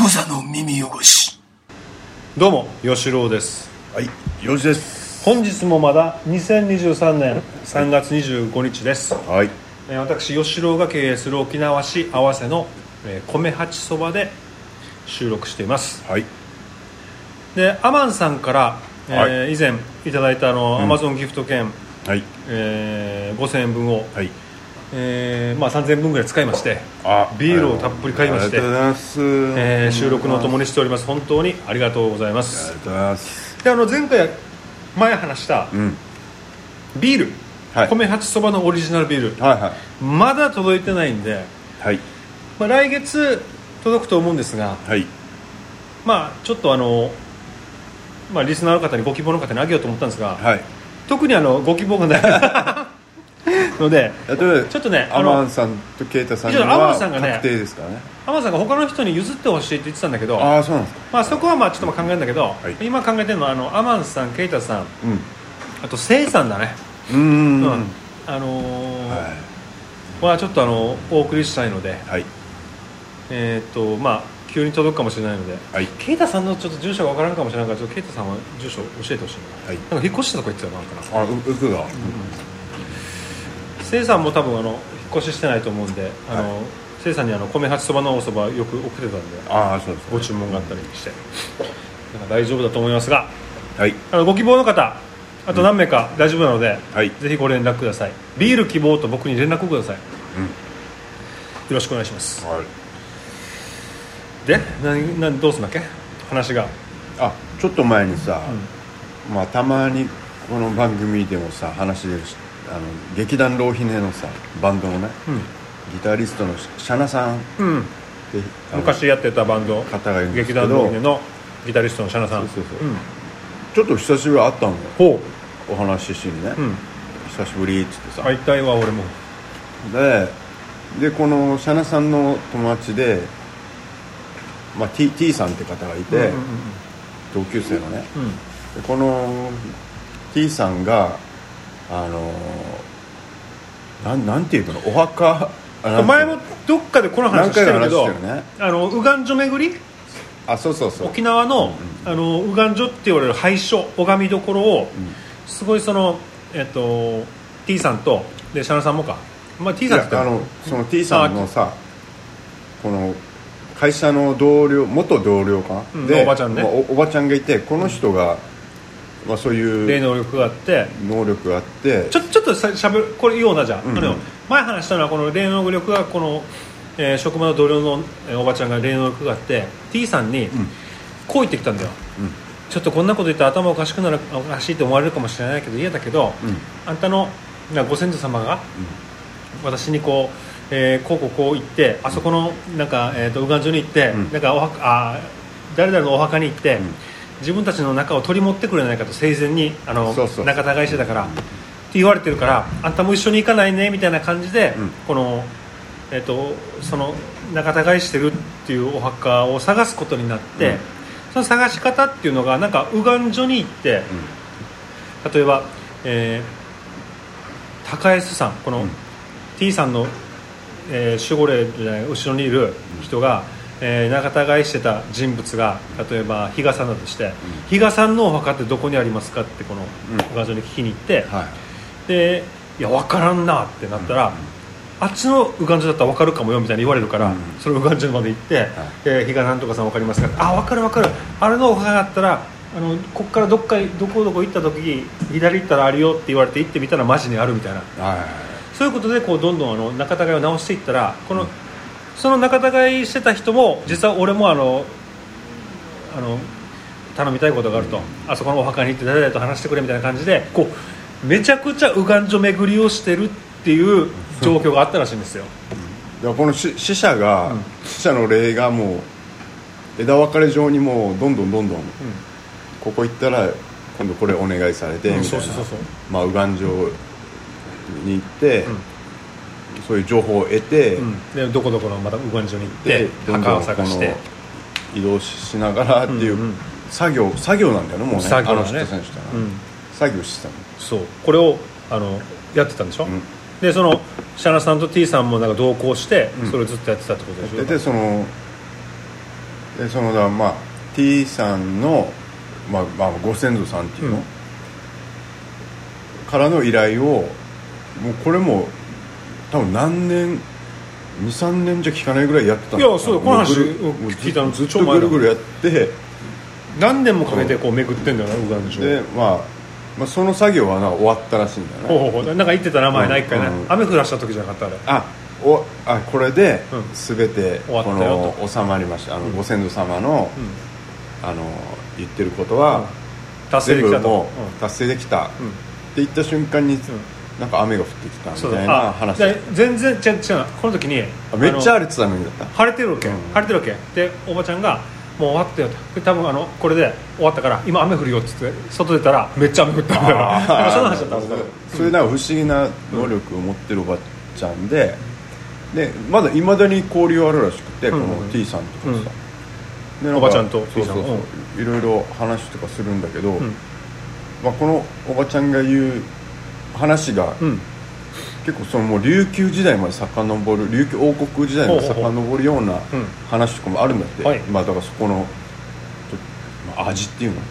無座の耳汚しどうも吉郎ですはい、よしです。本日もまだ2023年3月25日です、はい。えー私吉郎が経営する沖縄市合わせの、えー米八そばで収録していますはい。でアマンさんから、えー以前いただいたあの、アマゾンギフト券、はい。えー5000円分を、はい。えーまあ、3000円分ぐらい使いましてあビールをたっぷり買いましてありがとうございます。えー収録のともに。にしております本当にありがとうございまありすがとうございます。であの前回前話したうん。ビール、はい米八そばのオリジナルビールはいはまだ届いてないんで、い。はい。まあ、来月届くと思うんですが、はい。まあ、ちょっとあの、まあ、リスナーの方にご希望の方にあげようと思ったんですが、はい。特にあのご希望がない のでえっと、ちょっとねあアのマンさんとケイタさんに一応アマはンさんがね確定ですからね。浜田さんが他の人に譲ってほしいって言ってたんだけどああ、そうなんですか。まあ、そこはまあちょっとまあ考えるんだけど、はい今考えてるのはあのアマンさん、ケイタさんうん。あとセイさんだね、うーん。うんはあのーい。はちょっとあのお送りしたいので、はい。えーっとまあ、急に届くかもしれないのではい。ケイタさんのちょっと住所がわからんかもしれないからちょっとケイタさんは住所教えてほしいな,、はいなんか引っ越したとこ行ってたのなんかなあ、う、うくが。せいさんも多分あの引っ越ししてないと思うんであの、せいさんにあの米八そばのおそばよく送ってたんでああ、そうですごね。注文があったりしてなんか大丈夫だと思いますがはい。あのご希望の方あと何名か大丈夫なので、はい。ぜひご連絡くださいビール希望と僕に連絡をください、うんよろしくお願いしますはい。で何何どうすんだっけ話があ、ちょっと前にさ。まあ、たまに。この番組でもさ、話でし。あの、劇団浪費ねのさ、バンドのね。ギタリストのシャナさんっうん、うん、てあの昔やってたバンド方がいるんです劇けど団ののギタリストのシャナさんそうそうそうんちょっと久しぶり会ったのよほお話ししにね、う、うん、久しぶりっつってさ、会いたいわ俺もででこのシャナさんの友達で、まあ、T, T さんって方がいて、うんうん同級生のねうんうんでこの T さんがあのなんなんていうのお墓あなんて前もどっかでこの話何して回かるけ話しどてるねあのウガンジョ巡りあそうそうそう沖縄の,、あのウガンジョって言われる廃所拝みどころを、すごいその、えっと、T さんとでシャナさんもか、まあ、T いさんってや言あってものその T さんのさこの会社の同僚元同僚か、うんでおばちゃんねまあおおばちゃんがいてこの人が、まあ、そう霊いう能力があって能力があってちょちょっとさしゃべこれ言おうなじゃあ,、んうんあの前話したのはこの霊能力がこの、えー職場の同僚の、えーおばちゃんが霊能力があって T さんにこう言ってきたんだよ、んちょっとこんなこと言ったら頭おかしくなるおかしいって思われるかもしれないけど嫌だけど、あんたのなご先祖様が、私にこう。えーこうこうこう行ってあそこのなんか、えー、と右岸所に行って、んなんかお墓あー誰々のお墓に行って、ん自分たちの中を取り持ってくれないかと生前にあのそうそう仲違いしてたから、って言われてるからあんたも一緒に行かないねみたいな感じで、うんこの、えっとその仲違いしてるっていうお墓を探すことになって、うんその探し方っていうのがなんか右岸所に行って、例えば、えー高安さんこの、うん T さんの、えー守護霊じゃない後ろにいる人が、えー仲違いしてた人物が例えば比嘉さんだとして、比嘉さんのお墓ってどこにありますかってこのうんお母さんに聞きに行って、はいでいや分からんなってなったら、あっちの右岸所だったら分かるかもよみたいに言われるから、うんその右岸所まで行って、えー比嘉なんとかさん分かりますかあ分かる分かるあれのお墓だったらあのこっからどっかどこどこ行った時左行ったらあるよって言われて行ってみたらマジにあるみたいなはいそういうことでこうどんどんあの仲違いを直していったらこの、その仲違いしてた人も実は俺もあのあの頼みたいことがあるとあそこのお墓に行って誰々と話してくれみたいな感じでこうめちゃくちゃ右岸所巡りをしてるっていう状況があったらしいんですよ。だからこのし死者が、うん死者の霊がもう枝分かれ状にもうどんどんどんどんここ行ったら今度これお願いされてみうんたそういなそうそうそうまあ右岸城に行って、んそういう情報を得て、うん、でどこどこのまた右岸所に行ってで墓を探してどんどんこの移動しながらっていう、うんうん作業作業なんだよねもうね作業だねあの人選手とは、うん作業してたのそうこれをあのやってたんでしょ、んでそのシャナさんと T さんもなんか同行して、うんそれをずっとやってたってことでしょででそのでそのだからまあ T さんの、まあまあ、ご先祖さんっていうの、うんからの依頼をもうこれも多分何年23年じゃ聞かないぐらいやってたいやそうだこの話もぐるうんもうず聞いたのずっ超と前だぐるぐるやって何年もかけてこう巡ってんだよなウガンダでしょで、まあ、まあその作業はなんか終わったらしいんだよねほうほうほうなんか言ってた名前ないかね、うんうん雨降らした時じゃなかったあれあおあこれでうん全て終わこったよの収まりましたあの、うんご先祖様の,、うあの言ってることんは、達成全でき部たともうんう達成できた、ってう言った瞬間に、んなんか雨が降ってきたみそうたいだなあ話で全然違う違うなこの時にあめっちゃあ荒のれてたのにだった晴れてるわけ、うん晴れてるわけでおばちゃんがもう終わったよとで多分あのこれで終わったから今雨降るよっつって外出たらめっちゃ雨降ったみたいななんか そんな話だったんですよそういうなんか不思議な能力を持ってるおばちゃんででまだいまだに交流あるらしくて、うんこの T さんとかさ、でなかおばちゃんとそう T さそんうそう、いろいろ話とかするんだけど、んまあ、このおばちゃんが言う話が、うん結構そのもう琉球時代まで遡る琉球王国時代まで遡るよううなん話とかもあるんだって、はいまあ、だからそこのちょっと、まあ、味っていうのこ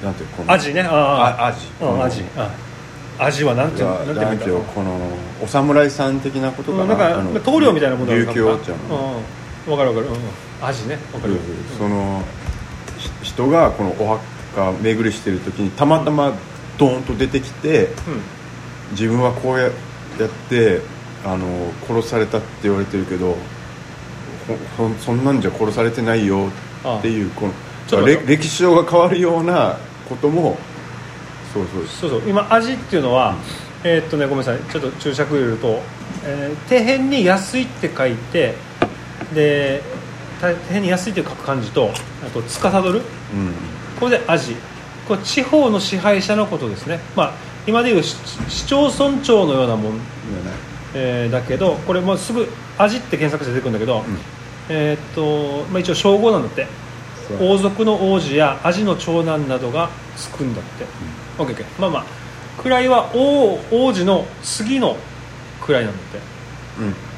のなんていうのこのアジねああアジあうんアジあアジはなんてなんて言なうんんだていろううのこのお侍さん的なことかな,、うん、なんかあの棟梁みたいなものだよ琉球王朝うんの、うん、わかるわかる、うんうん、味ねわかる、そのひ人がこのお墓巡りしてる時にたまたまドーンと出てきてう自分はこうやってあの殺されたって言われてるけどほほんそんなんじゃ殺されてないよっていうこのちょっと、れ歴史上が変わるようなこともそうそうんそうそう今味っていうのは、えーっとねごめんなさいちょっと注釈入れると、えー底辺に安いって書いてでた底辺に安いって書く漢字とあと司るうんこれで味これ地方の支配者のことですねまあ今でいう市市町村長のようなもん、いいよねえーだけどこれもうすぐ味って検索して出てくるんだけど、うんえーっと、まあ、一応称号なんだってそう王族の王子やアジの長男などがつくんだって、オッケーオッケーまあまあ位は王王子の次の位なんだって、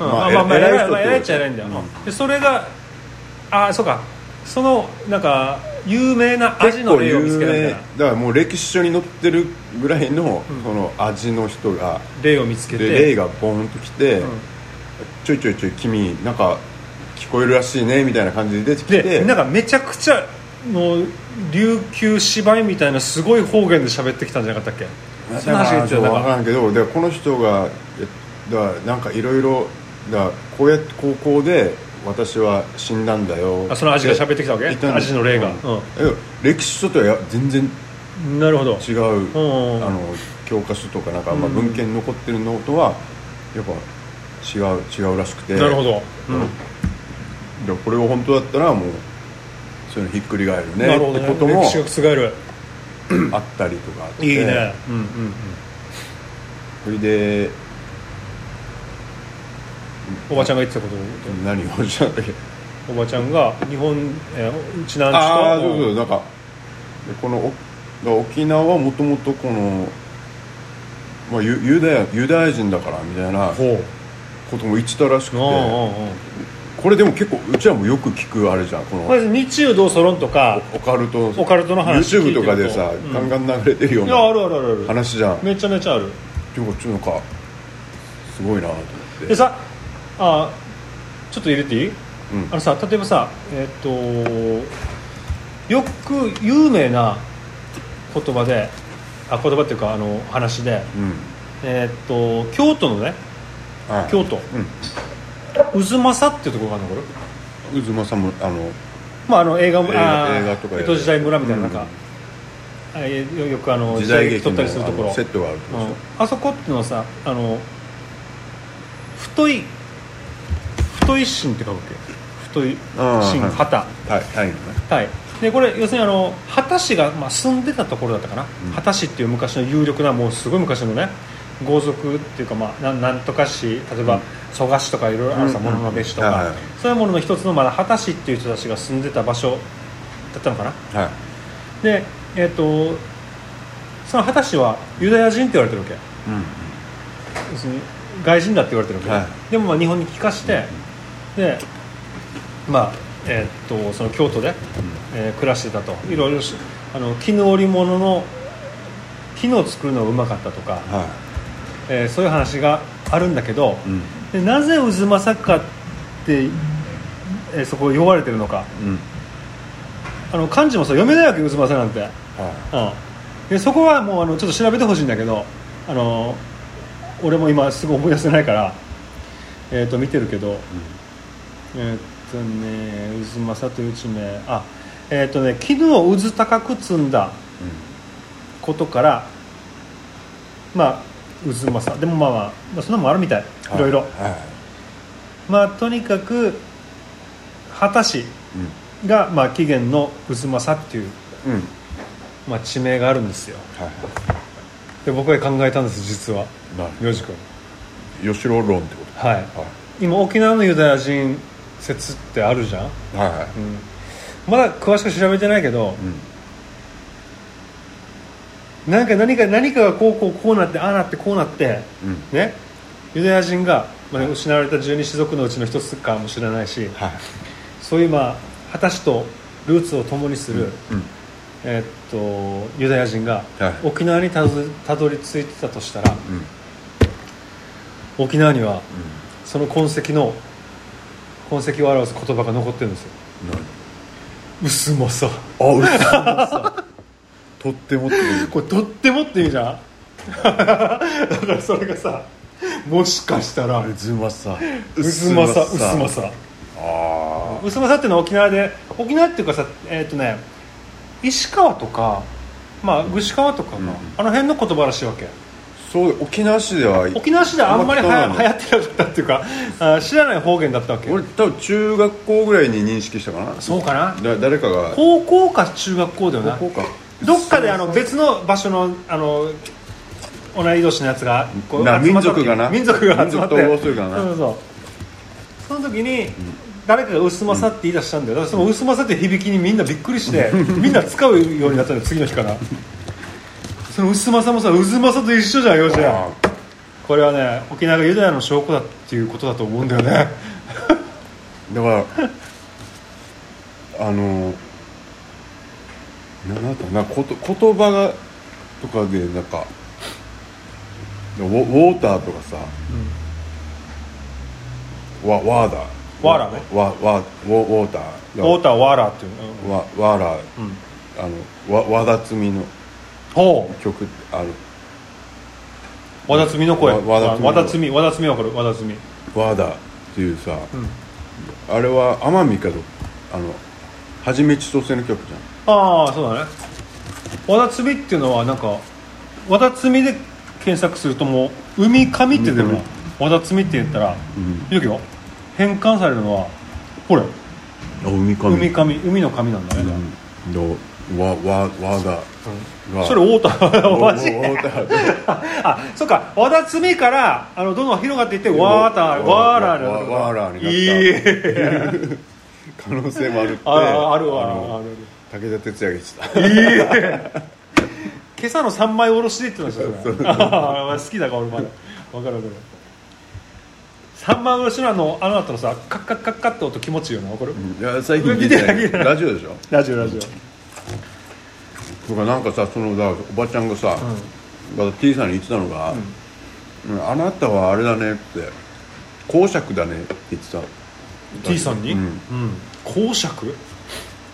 うんうんまあまあまあ偉偉いい人ってまあ偉いっちゃ偉いんだよ、うんでそれがああそうかそのなんか有名なアジ結の構例を見有つけたみた名いだなからもう歴史書に載ってるぐらいのうんその味の人が例を見つけでて霊がボーンと来てうちょいちょいちょい君なんか聞こえるらしいねみたいな感じで出てきんでてなんかめちゃくちゃもう琉球芝居みたいなすごい方言で喋ってきたんじゃなかったっけそんな話言ってた分なんかからんけどでこの人がえだからなんかいろいろだこうやって高校で私は死んだんだよあそのアジが喋ってきたわけ言んだアジの霊がうんうんだけど歴史書とはや全然なるほど違ううんあの教科書とかなんか、まあ、うん文献に残ってるのとはやっぱ違う違うらしくてなるほど、うんでこれを本当だったらもうそういうのひっくり返るねなるほどってことも歴史が覆るあったりとかあっていいね、うんうんうんそれでおばちゃんが言ってたこと何をおっしゃったっけおばちゃんが日本、えー、うちなんちとああそうそうなんかでこのおだ沖縄はもともとこの、まあ、ユユダヤユダヤ人だからみたいなほうことも言ってたらしくておうおうこれでも結構うちらもよく聞くあれじゃんこおうこのれ日中同ソロンとかオカルトオカルトの話聞いてると YouTube とかでさ、うんガンガン流れてるよういやあなるあるあるある話じゃんめちゃめちゃあるでもちょっとなんかすごいなと思ってでさあーちょっと入れていいうんあのさ例えばさえーっとよく有名な言葉であ言葉っていうかあの話でうんえーっと京都のねはい京都う渦政っていうところがあるのこれん渦政もあのまああの映画映画あー映画とかや江る戸時代村みたいななんうかん、あえよよくあの時代劇撮のったりするとこあろのセットがあるとこうでしんあそこっていうのはさあの太い太い芯って書くわけ太いあー芯はい旗ょタイタイのねはいでこれ要するにあの秦氏が、まあ、住んでたところだったかな、うん秦氏っていう昔の有力なもうすごい昔のね豪族っていうか、まあ、なんなんとか氏例えば、うん蘇我氏とかいろいろあるさうん物の部氏とか、はいはいそういうものの一つのまだ秦氏っていう人たちが住んでた場所だったのかなはいでえっ、とその秦氏はユダヤ人って言われてるわけう要するに外人だって言われてるわけ、はでもまあ日本に帰化して、でまあえーっとその京都で、えー暮らしてたといろいろしあの絹織物の絹を作るのがうまかったとか、はえーそういう話があるんだけど、いうんでなぜ渦政家って、えーそこを呼ばれてるのかうんあの漢字もさ読めないわけ渦政なんて、はうん、でそこはもうあのちょっと調べてほしいんだけどあの俺も今すぐ思い出せないから、えー、と見てるけど、いうんえーっとね渦政という地名あえーっとね絹を渦高く積んだことからまあ渦政でもまあまあ、まあ、そんなのもあるみたいはいろいろ、はまあとにかく果たしいうんが、まあ、起源の渦政っていう、うんまあ、地名があるんですよはいはで僕が考えたんです実はいなるほよじ君ど吉郎論ってこはいとは今沖縄のユダヤ人説ってあるじゃん、うん、いはいはいまだ詳しく調べてないけど、うんなんか何か何かがこうこうこうなってああなってこうなってうんねユダヤ人が、まあ、失われた十二支族のうちの一つかもしれないしはいそういうまあ果たしとルーツを共にする、うんえーっとユダヤ人がはい沖縄にたどたどり着いてたとしたらうん沖縄にはその痕跡の痕跡を表す言葉が残ってるんですようんなる薄まさあうっさ とってもっていうこれとってもっていいじゃん だからそれがさもしかしたらうずまさうすまさうすまさあうすまさっていうのは沖縄で沖縄っていうかさえっ、とね石川とかまあ串川とかか、うんあの辺の言葉らしいわけあそう沖縄市では沖縄市ではあんまりはやあんま聞流かない行ってなかったっていうかあ知らない方言だったわけ俺多分中学校ぐらいに認識したかなそうかなだ誰かが高校か中学校だよな高校かどっかであの別の場所のあの同い年のやつがこうな集まった民族がな民族が集まって民族統合するからなそうそうそうその時に誰かが「薄まさ」って言い出したんだよだからその「薄まさ」って響きにみんなびっくりして みんな使うようになったのよ次の日からその薄まさもさ薄まさと一緒じゃんよじゃんこれはね沖縄がユダヤの証拠だっていうことだと思うんだよ ねだからあのななんだなこと言葉がとかでなんかウォウォーターとかさ、わワーダーワーラーねわわウォウォーターウがォーターワーラーっていううんわワーラーうんあのわわだつみのほ曲あのう和田摘みの声わ和田摘み和田摘み和田摘みわかる和田摘みワーダーっていうさ、んあれは奄美かどあのはじめちそうせの曲じゃんああそうだね和田摘みっていうのはなんか和田摘みで検索するともう「海神」って出るな海和田摘みって言ったら、んいいよ変換されるのはほれあ海か海神海の神なんだね、じゃあのわわわだがそれ太田 マジおおだであそっか和田摘みからあのどんどん広がっていってワーターわワーラーわわわーラーになったいい可能性もあるってあああるわあるのわある武田鉄矢が言ってあたるいい今朝の三枚おろしでって言ってましたねあー好きだから俺まだ分かる分かる三枚おろしのあのあの後のさカッカッカッカッって音気持ちいいよな分かるいや最近聞いてな聞いいてないラジオでしょラジオラジオとかなんかさそのだおばちゃんがさ、また T さんに言ってたのが、うんあなたはあれだねって公爵だねって言ってた T さんに、ううんん公爵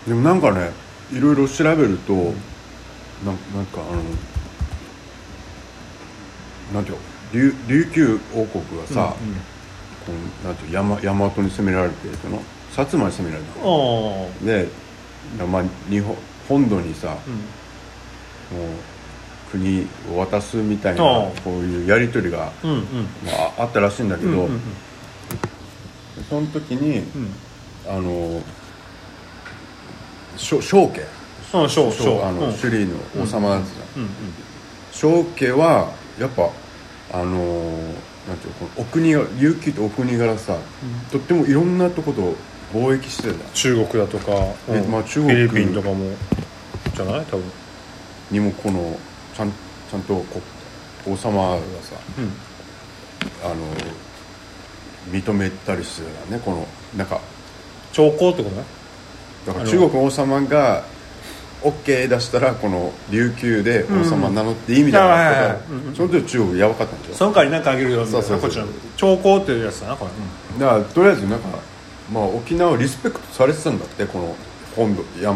でもなんかねいろいろ調べるとななんかあのなんていうの琉琉球王国がさ、こうなんていうの山大和に攻められてその薩摩に攻められああたで、まあ、日本本土にさ、うんもう国を渡すみたいなあこあういうやり取りが、うんうんまあ、あったらしいんだけど、うんうんうんその時にうんあのしょ正家うんそうそうあの、うん首里の王様だったじうゃんんうん小家はやっぱあのーなんていうのこのお国が琉球ってお国柄さ、とってもいろんなとこと貿易してた中国だとか、えうんまあ中国フィリピンとかもじゃない多分、にもこのちゃんちゃんとこ王様がさ、あのー認めたりしてたねこのなんか朝貢ってことねだから中国の王様が OK 出したらこの琉球で王様名乗っていいみたいなことが、その時中国やばかったんですよその代わり何かあげるよみたいなそうそうそうこっちの長考っていうやつだなこれ、だからとりあえずなんか、まあ、沖縄をリスペクトされてたんだってこの本土や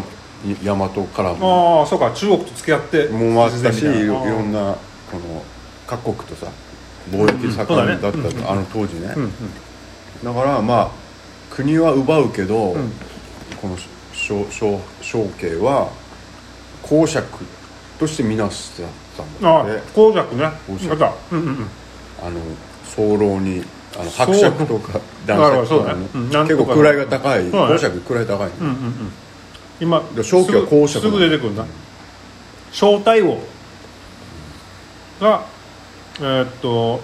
大和からもああそうか中国と付き合ってもうあったしいみたいなろいろんなこの各国とさ貿易盛んだった、うんそうだねあの当時ね、うんうんだからまあ国は奪うけど、んこの小小小慶は公爵としてみなしてたんだあって公爵ね公爵やったうんうんうんあの早漏にあの伯爵とか男爵とか、ねそうだね結構位が高い、そうだね公爵位高い、うんうんうん今で正気は公す爵ぐすぐ出てくるな正太王がえーっと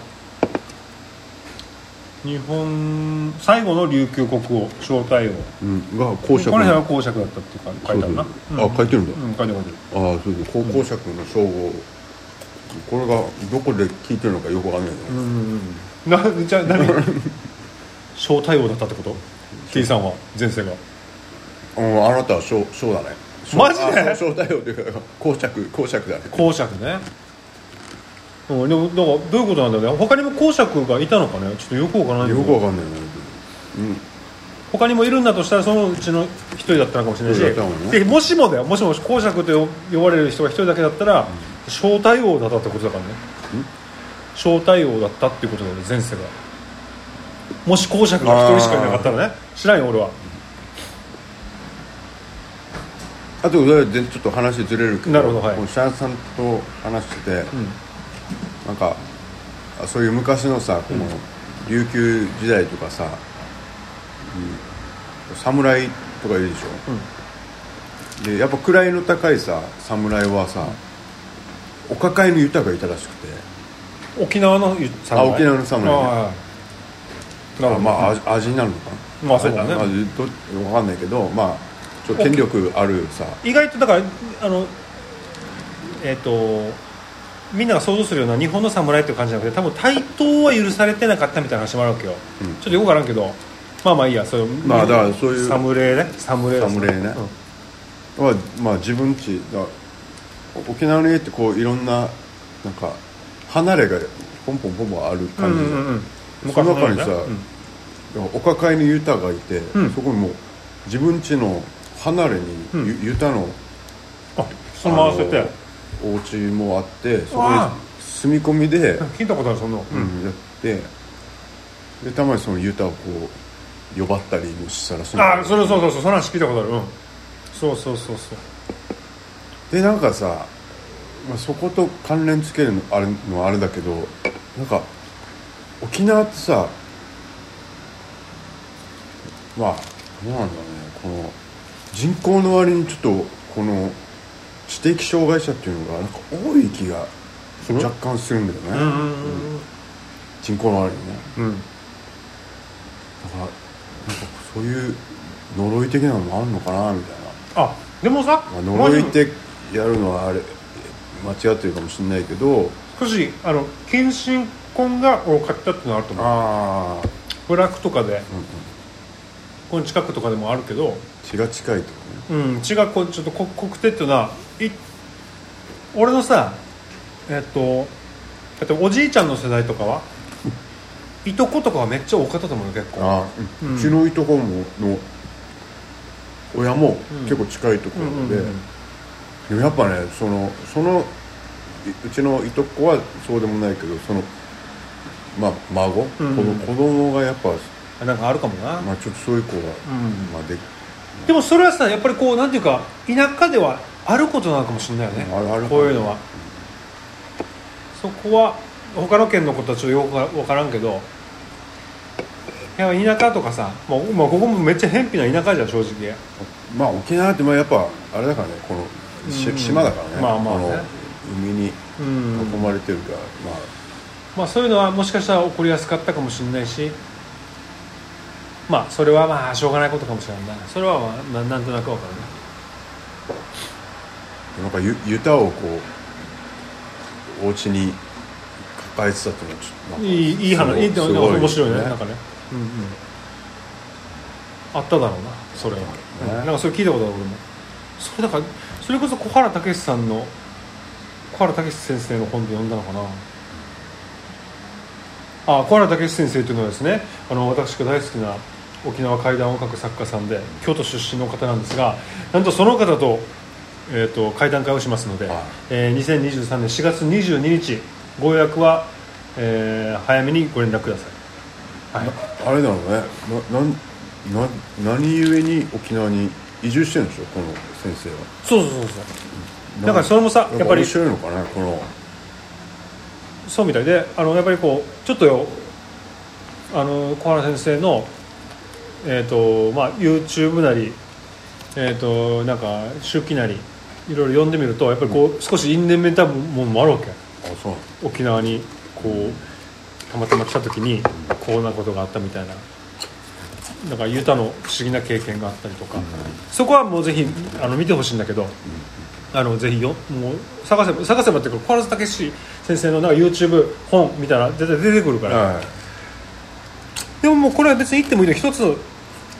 日本最後の琉球国王正太王うん、が公爵この辺のは公爵だったっていうか書そいうてあそうるなあ書いてるんだ、うん書いてる書いてるああそうそう高校爵の称号これがどこで聞いてるのかよくわかんないけど、なじゃあ何 小太陽だったってこと T さんは前世がうん、あなたは小小だね小マジであ小小太陽というか公爵公爵だね公爵ねうんでもだからどういうことなんだろうね他にも公爵がいたのかねちょっとよくわからないけよどくわかんないね他にもいるんだとしたらそのうちの一人だったのかもしれないし一人だったのねでもしもだよもしも公爵と呼ばれる人が一人だけだったら、小太陽だったってことだからね小太陽だったってことだよね前世がもし公爵が一人しかいなかったらね知らんよ俺はあとでちょっと話ずれるけどなるほどはいこのシャンさんと話してて、なんかあそういう昔のさこの琉球時代とかさ、うん侍とかいるでしょ、でやっぱ位の高いさ侍はさお抱えの豊がいたらしくて沖縄のゆあ沖縄の侍ねあああなるほあどまああ味になるのかなまあそうだね味どわかんないけどまあちょっと権力あるさ意外とだからあのえっ、とみんなが想像するような日本の侍っていう感じじゃなくて多分対等は許されてなかったみたいな話もあるわけよ、うんちょっとよくわからんけどまあまあいいやそういうまあだからそういう侍ね侍です侍ねまあ、まあ自分ちだ沖縄の家ってこういろんななんか離れがポンポンポンポンあるうん、う感んじうで、んうんその中に昔さねうんお抱えのユタがいて、んそこにもう自分ちの離れにうんユ,、ユタのあそのままそうやってあのお家もあってそこにわあ住み込みで、聞いたことあるその、ううんん、やってでたまにそのユタをこう呼ばったりもしたらしいんだけあどそれそうそうそうその話聞いたことある、うん、そうそうそうそうでなんかさ、まあ、そこと関連つけるのあれのはあれだけどなんか沖縄ってさまあどうなんだろうねこの人口の割にちょっとこの知的障害者っていうのがなんか多い気が若干するんだよね、うんうんうん人口の割にねうんだからなんかそういう呪い的なのもあるのかなみたいなあでもさ、まあ、呪いってやるのはあれ間違ってるかもしれないけど少しあの近親婚が多かったっていうのはあると思うああ部落とかでうんうんこの近くとかでもあるけど、血が近いとかうん、血がこうちょっと濃濃くてっていうのはい俺のさえっとだっておじいちゃんの世代とかはいとことかはめっちゃ多かったと思うよ結ね構ああ、うちのいとこもの親も結構近いとこうろんうんで、うんでもやっぱねそのそのいうちのいとこはそうでもないけどそのまあ孫、うん子供子供がやっぱ、あなんかあるかもな、まあ、ちょっとそういう子が、うんまあ、ででもそれはさやっぱりこうなんていうか田舎ではあることなのかもしれないよねあるあるこういうのはそこは他の県のことはちょっとよくわからんけどいや田舎とかさもう、まあ、ここもめっちゃ偏僻な田舎じゃん正直まあ沖縄ってまあやっぱあれだからねこの、しうん島だからね,、まあまあねこの海に囲うんまれてるから、まあまあそういうのはもしかしたら起こりやすかったかもしれないしまあそれはまあしょうがないことかもしれないなそれはまあななんとなくわかるななんかゆユタをこうお家に抱えてたっていうのはちょっとなんかいいいいすご話いいってすご面白いねなんかね、うんうん、あっただろうなそれはうんなんねかそれ聞いたことある俺もそれだからそれこそ小原武史さんの小原武史先生の本で読んだのかなあ小原武史先生というのはですねあの私が大好きな沖縄怪談を書く作家さんで京都出身の方なんですがなんとその方と,、えー、と会談会をしますので、はいえー2023年4月22日ご予約は、えー早めにご連絡ください、はい、あれだろうねななんな何故に沖縄に移住してるんでしょこの先生はそうそうそうそうだからそれもさやっぱり面白いのかなこのそうみたいであのやっぱりこうちょっとよあの小原先生の、えーとまあ、YouTube なり、えー、となんか手記なりいろいろ読んでみるとやっぱりこう、少し因縁めいたものもあるわけあそう沖縄にこうたまたま来た時にこんなことがあったみたいな。なんかユタの不思議な経験があったりとか、そこはもうぜひあの見てほしいんだけど、あのぜひよもう探せば探せばっていうか小原武史先生のなんか YouTube 本見たら絶対出てくるかなら、のはいでももうこれは別に言ってもいいの一つ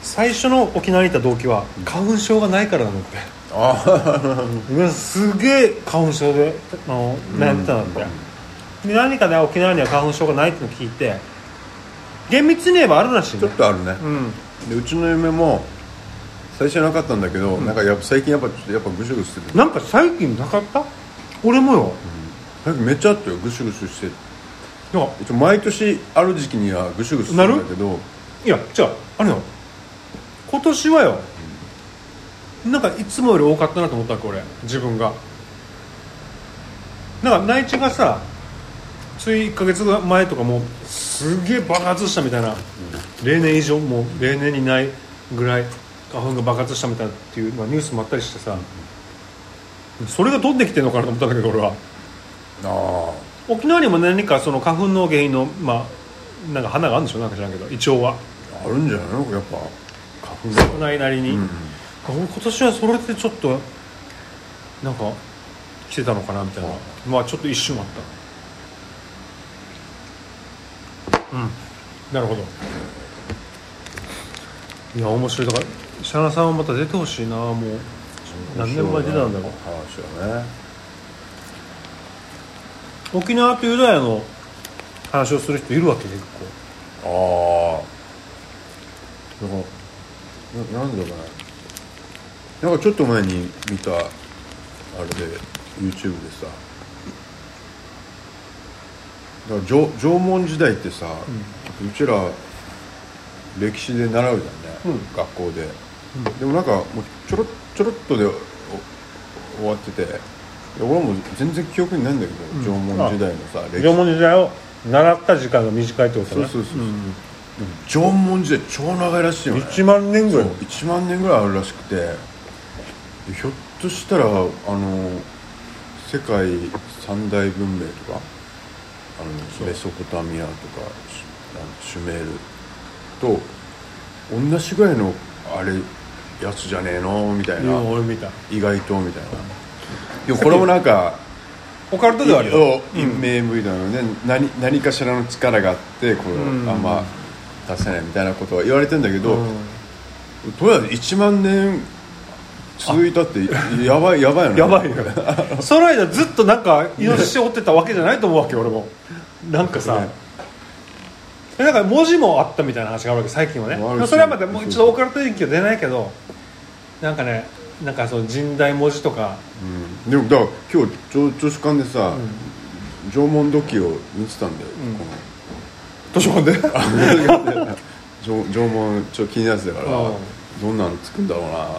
最初の沖縄にいた動機は花粉症がないからなのってあうわすげえ花粉症であの悩んでたんだって、で何かね沖縄には花粉症がないってのを聞いて厳密に言えばあるらしいね ちょっとあるねうんでうちの嫁も最初なかったんだけど、なんかやっぱ最近やっぱちょっとやっぱぐしゅぐしゅしててなんか最近なかった俺もよ、最近めっちゃあったよぐしゅぐしゅしてなんか一応毎年ある時期にはぐしゅぐしゅするんだけどいやじゃああれよ今年はよなんかいつもより多かったなと思ったわけ俺自分がなんか内地がさつい1か月前とかもうすげえ爆発したみたいな、例年以上もう例年にないぐらい花粉が爆発したみたいなっていう、まあ、ニュースもあったりしてさ、それが飛んできてるのかなと思ったんだけど俺はあ沖縄にも何かその花粉の原因のまあなんか花があるんでしょなんか知らんけどイチョウはああるんじゃないのやっぱ花粉少がないなりに、うんうん俺今年はそれでちょっとなんか来てたのかなみたいな、はいまあちょっと一瞬あったうんなるほどいや面白いだからシャナさんはまた出てほしいなもう何年前に出たんだろう話はね沖縄とユダヤの話をする人いるわけ結構ああなんかななんだろうななんかちょっと前に見たあれで YouTube でさだから縄縄文時代ってさ、うちら歴史で習うじゃんね、学校で、でもなんかもうちょろっちょろっとでお終わっててで俺も全然記憶にないんだけど、縄文時代のさ歴史縄文時代を習った時間が短いってことそうねそうそう、そう縄文時代超長いらしいよね1万年ぐそうらい1万年ぐらいあるらしくてひょっとしたらあの世界三大文明とかあのメソポタミアとかシュあのシュメールと同じぐらいのあれやつじゃねえのみたいいやな俺見た意外とみたいなでもこれもなんかオカルトではあるよそう陰名みたいなのね、何何かしらの力があってこれうんあんま出せないみたいなことは言われてんだけど、うんとりあえず1万年続いたってやばいやばいよね やばいよその間ずっとなんかイノシシ追ってたわけじゃないと思うわけ俺もなんかさねえなんか文字もあったみたいな話があるわけ最近はねあるしでもそれはまたもう一度オカルト電気は出ないけどなんかねなんかその神代文字とかうんでもだから今日女女子館でさ、縄文土器を見てたんだよ、この図書館で 縄縄文ちょっと気になってたから、うんどんなの作るんだろうなって、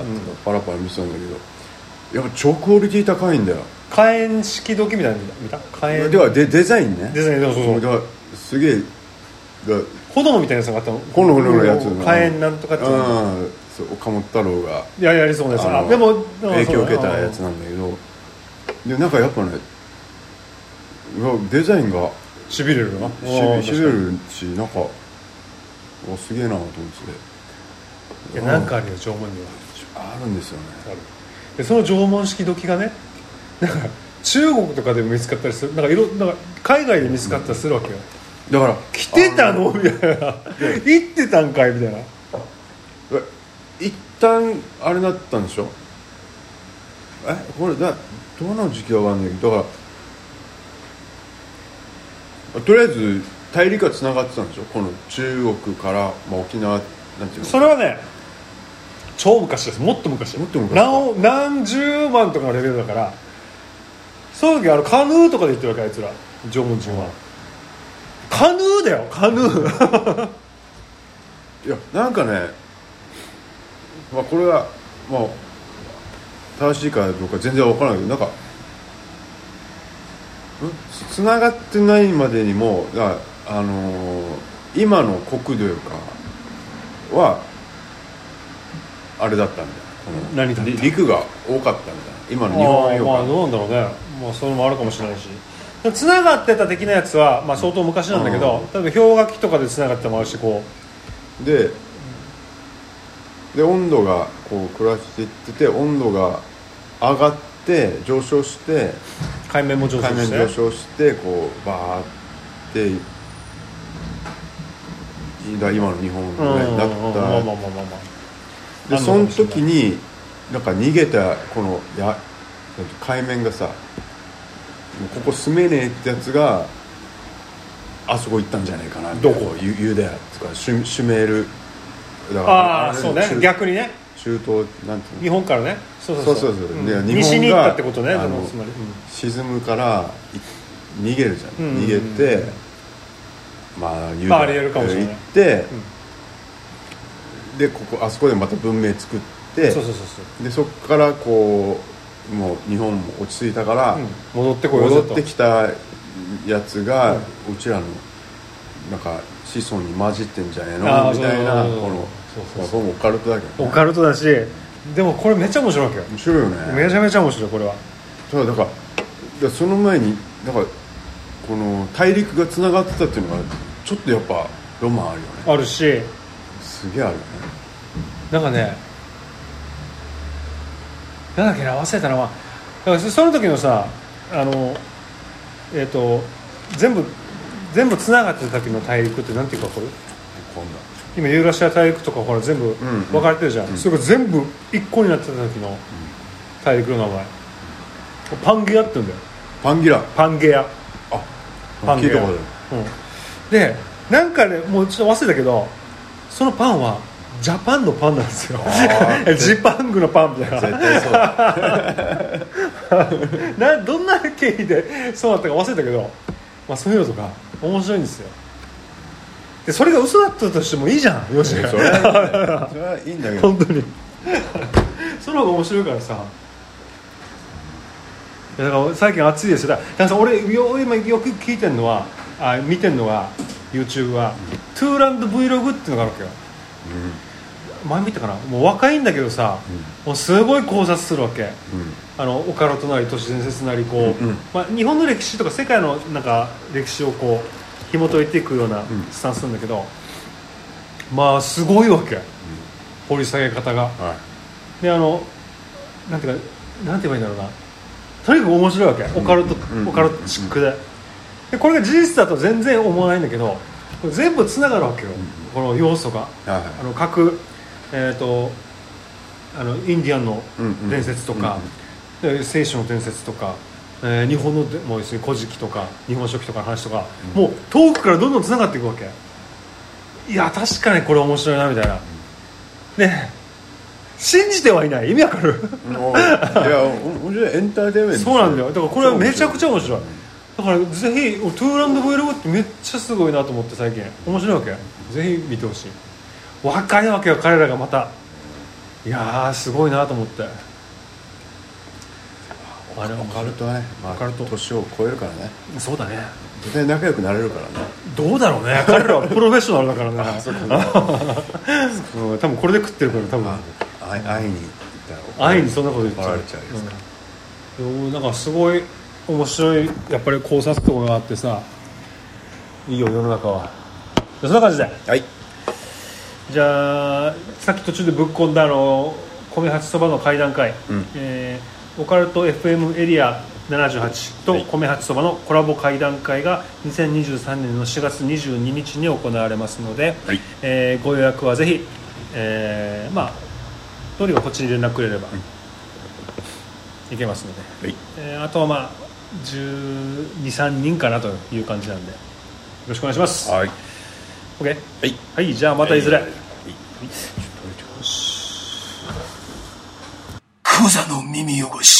パラパラ見てたんだけどやっぱ超クオリティ高いんだよ火炎式時みたいなの見た火炎ではデデザインねデザインそうそうそうだからすげえだ炎みたいなやつがあったの炎のようなやつ火炎なんとかっていうのうんそう岡本太郎がいややりそうですああのでも影響を受けたやつなんだけどでなんかやっぱねうわデザインがしびれるなしびしびれるるしなんかうわすげえなと思っていやなんかあるよ縄文にはあるんですよねあるでその縄文式土器がねなんか中国とかでも見つかったりするなんかいろなんか海外で見つかったりするわけよだから来てたのみたいな行ってたんかいみたいなうわ行っ旦あれだったんでしょえこれだどの時期かわかんないけどだからとりあえず大陸はつながってたんでしょこの中国から、まあ、沖縄なんていうのそれはね超昔ですもっと昔もっと昔か何何十万とかのレベルだからその時あのカヌーとかで行ってるわけあいつら縄文人は、カヌーだよカヌーいやなんかね、まあ、これは、まあ、正しいかどうか全然わからないけどなんかんつつながってないまでにもだあのー今の国というかはあれだったんだよこの何だったり陸が多かったんだよ今の日あ本あよりまあどうなんだろうねまあそれもあるかもしれないしつながってた的なやつは、まあ、相当昔なんだけど、例えば氷河期とかでつながってたのもあるしこでで温度がこう暮らしていってて温度が上がって上昇してう海面も上昇海面して上昇してこうバーってだ今の日本ぐうんうんらいうんにまなあまあっまあまあたまあでその時になんか逃げたこのや海面がさもうここ住めねえってやつがあそこ行ったんじゃないかなどこユユダヤとかシュシュメールだああれそうね中逆にね中東なんていうの日本からねそうそうそうそうそうそうんで日本が西に行ったってことねあそののつまり、うん沈むからい逃げるじゃん、うんうんうん逃げてまあ言まあありえるかもしれない行って、でここあそこでまた文明作ってそうそうそうそうでそこからこうもう日本も落ち着いたから、うん戻ってこようぜ戻とってきたやつが、うちらのなんか子孫に混じってんじゃねえあのーみたいなそこうそうそうそうそうそのうまあ僕もオカルトだけどオねカルトだしでもこれめっちゃ面白いわけよ面白いよねめちゃめちゃ面白いこれはただだからだその前にだからこの大陸がつながってたっていうのがちょっとやっぱロマンあるよねあるしすげえあるよねなんかねなんだっけな忘れたな、まあ、だからそその時のさあのえっ、と全部全部つながってた時の大陸ってなんていうかこれこんな今ユーラシア大陸とかほら全部んうん分かれてるじゃん、それが全部一個になってた時の大陸の名前パンゲアって言うんだよパンギラパンゲアあパン聞ゲいたアことあるうん、でなんかねもうちょっと忘れたけどそのパンはジャパンのパンなんですよ ージパングのパンみたいな絶対そう だなどんな経緯でそうだったか忘れたけど、まあ、そういうのとか面白いんですよでそれが嘘だったとしてもいいじゃんよし それはそれはいいんだけど本当に その方が面白いからさいやだから最近暑いですよだからだからさ俺よ今よく聞いてるのはあ見てるのは YouTube は、トゥーランド Vlog っていうのがあるわけよ前見たかなもう若いんだけどさ、もうすごい考察するわけうんうんあのオカルトなり都市伝説なりこう、うんうんまあ、日本の歴史とか世界のなんか歴史をこう紐解いていくようなんスタンスなんだけど、まあすごいわけ、掘り下げ方がはいであのなんていうかなんて言えばいいんだろうなとにかく面白いわけオカルト、うんオカルトチックででこれが事実だと全然思わないんだけどこれ全部つながるわけよ、この要素がはいあはの各、えー、とあのインディアンのうんうん伝説とか、で聖書の伝説とか、えー日本のでもうです、ね、古事記とか日本書紀とかの話とか、もう遠くからどんどんつながっていくわけいや確かにこれ面白いなみたいな、ね信じてはいない意味わかるいもういやお面白いエンターテインメントそうなんだよだからこれはめちゃくちゃ面白いうんだからぜひトゥーランド Vlog ってめっちゃすごいなと思って最近面白いわけぜひ見てほしい若いわけよ彼らがまたいやーすごいなと思ってあれオカルトはね、まあ、オカルト年を超えるからねそうだね絶対仲良くなれるからねどうだろう ね彼らはプロフェッショナルだからねうん多分これで食ってるから多分あ会い会いに行ったら怒られ愛るにそんなこと言っち怒ゃらうれちゃうやつかうんでもなんかすごい面白いやっぱり考察とかがあってさいいよ世の中はそんな感じではいじゃあさっき途中でぶっ込んだあの米八そばの会談会、うんえーオカルト FM エリア78はとい米八そばのコラボ会談会が2023年の4月22日に行われますので、はいえーご予約はぜひ、えーまあ通りはこっちに連絡くれれば、いけますので、はいえーあとはまあ1213人かなという感じなんでよろしくお願いします、はい OK はいはいじゃあまたいずれ、はいはいクザの耳汚し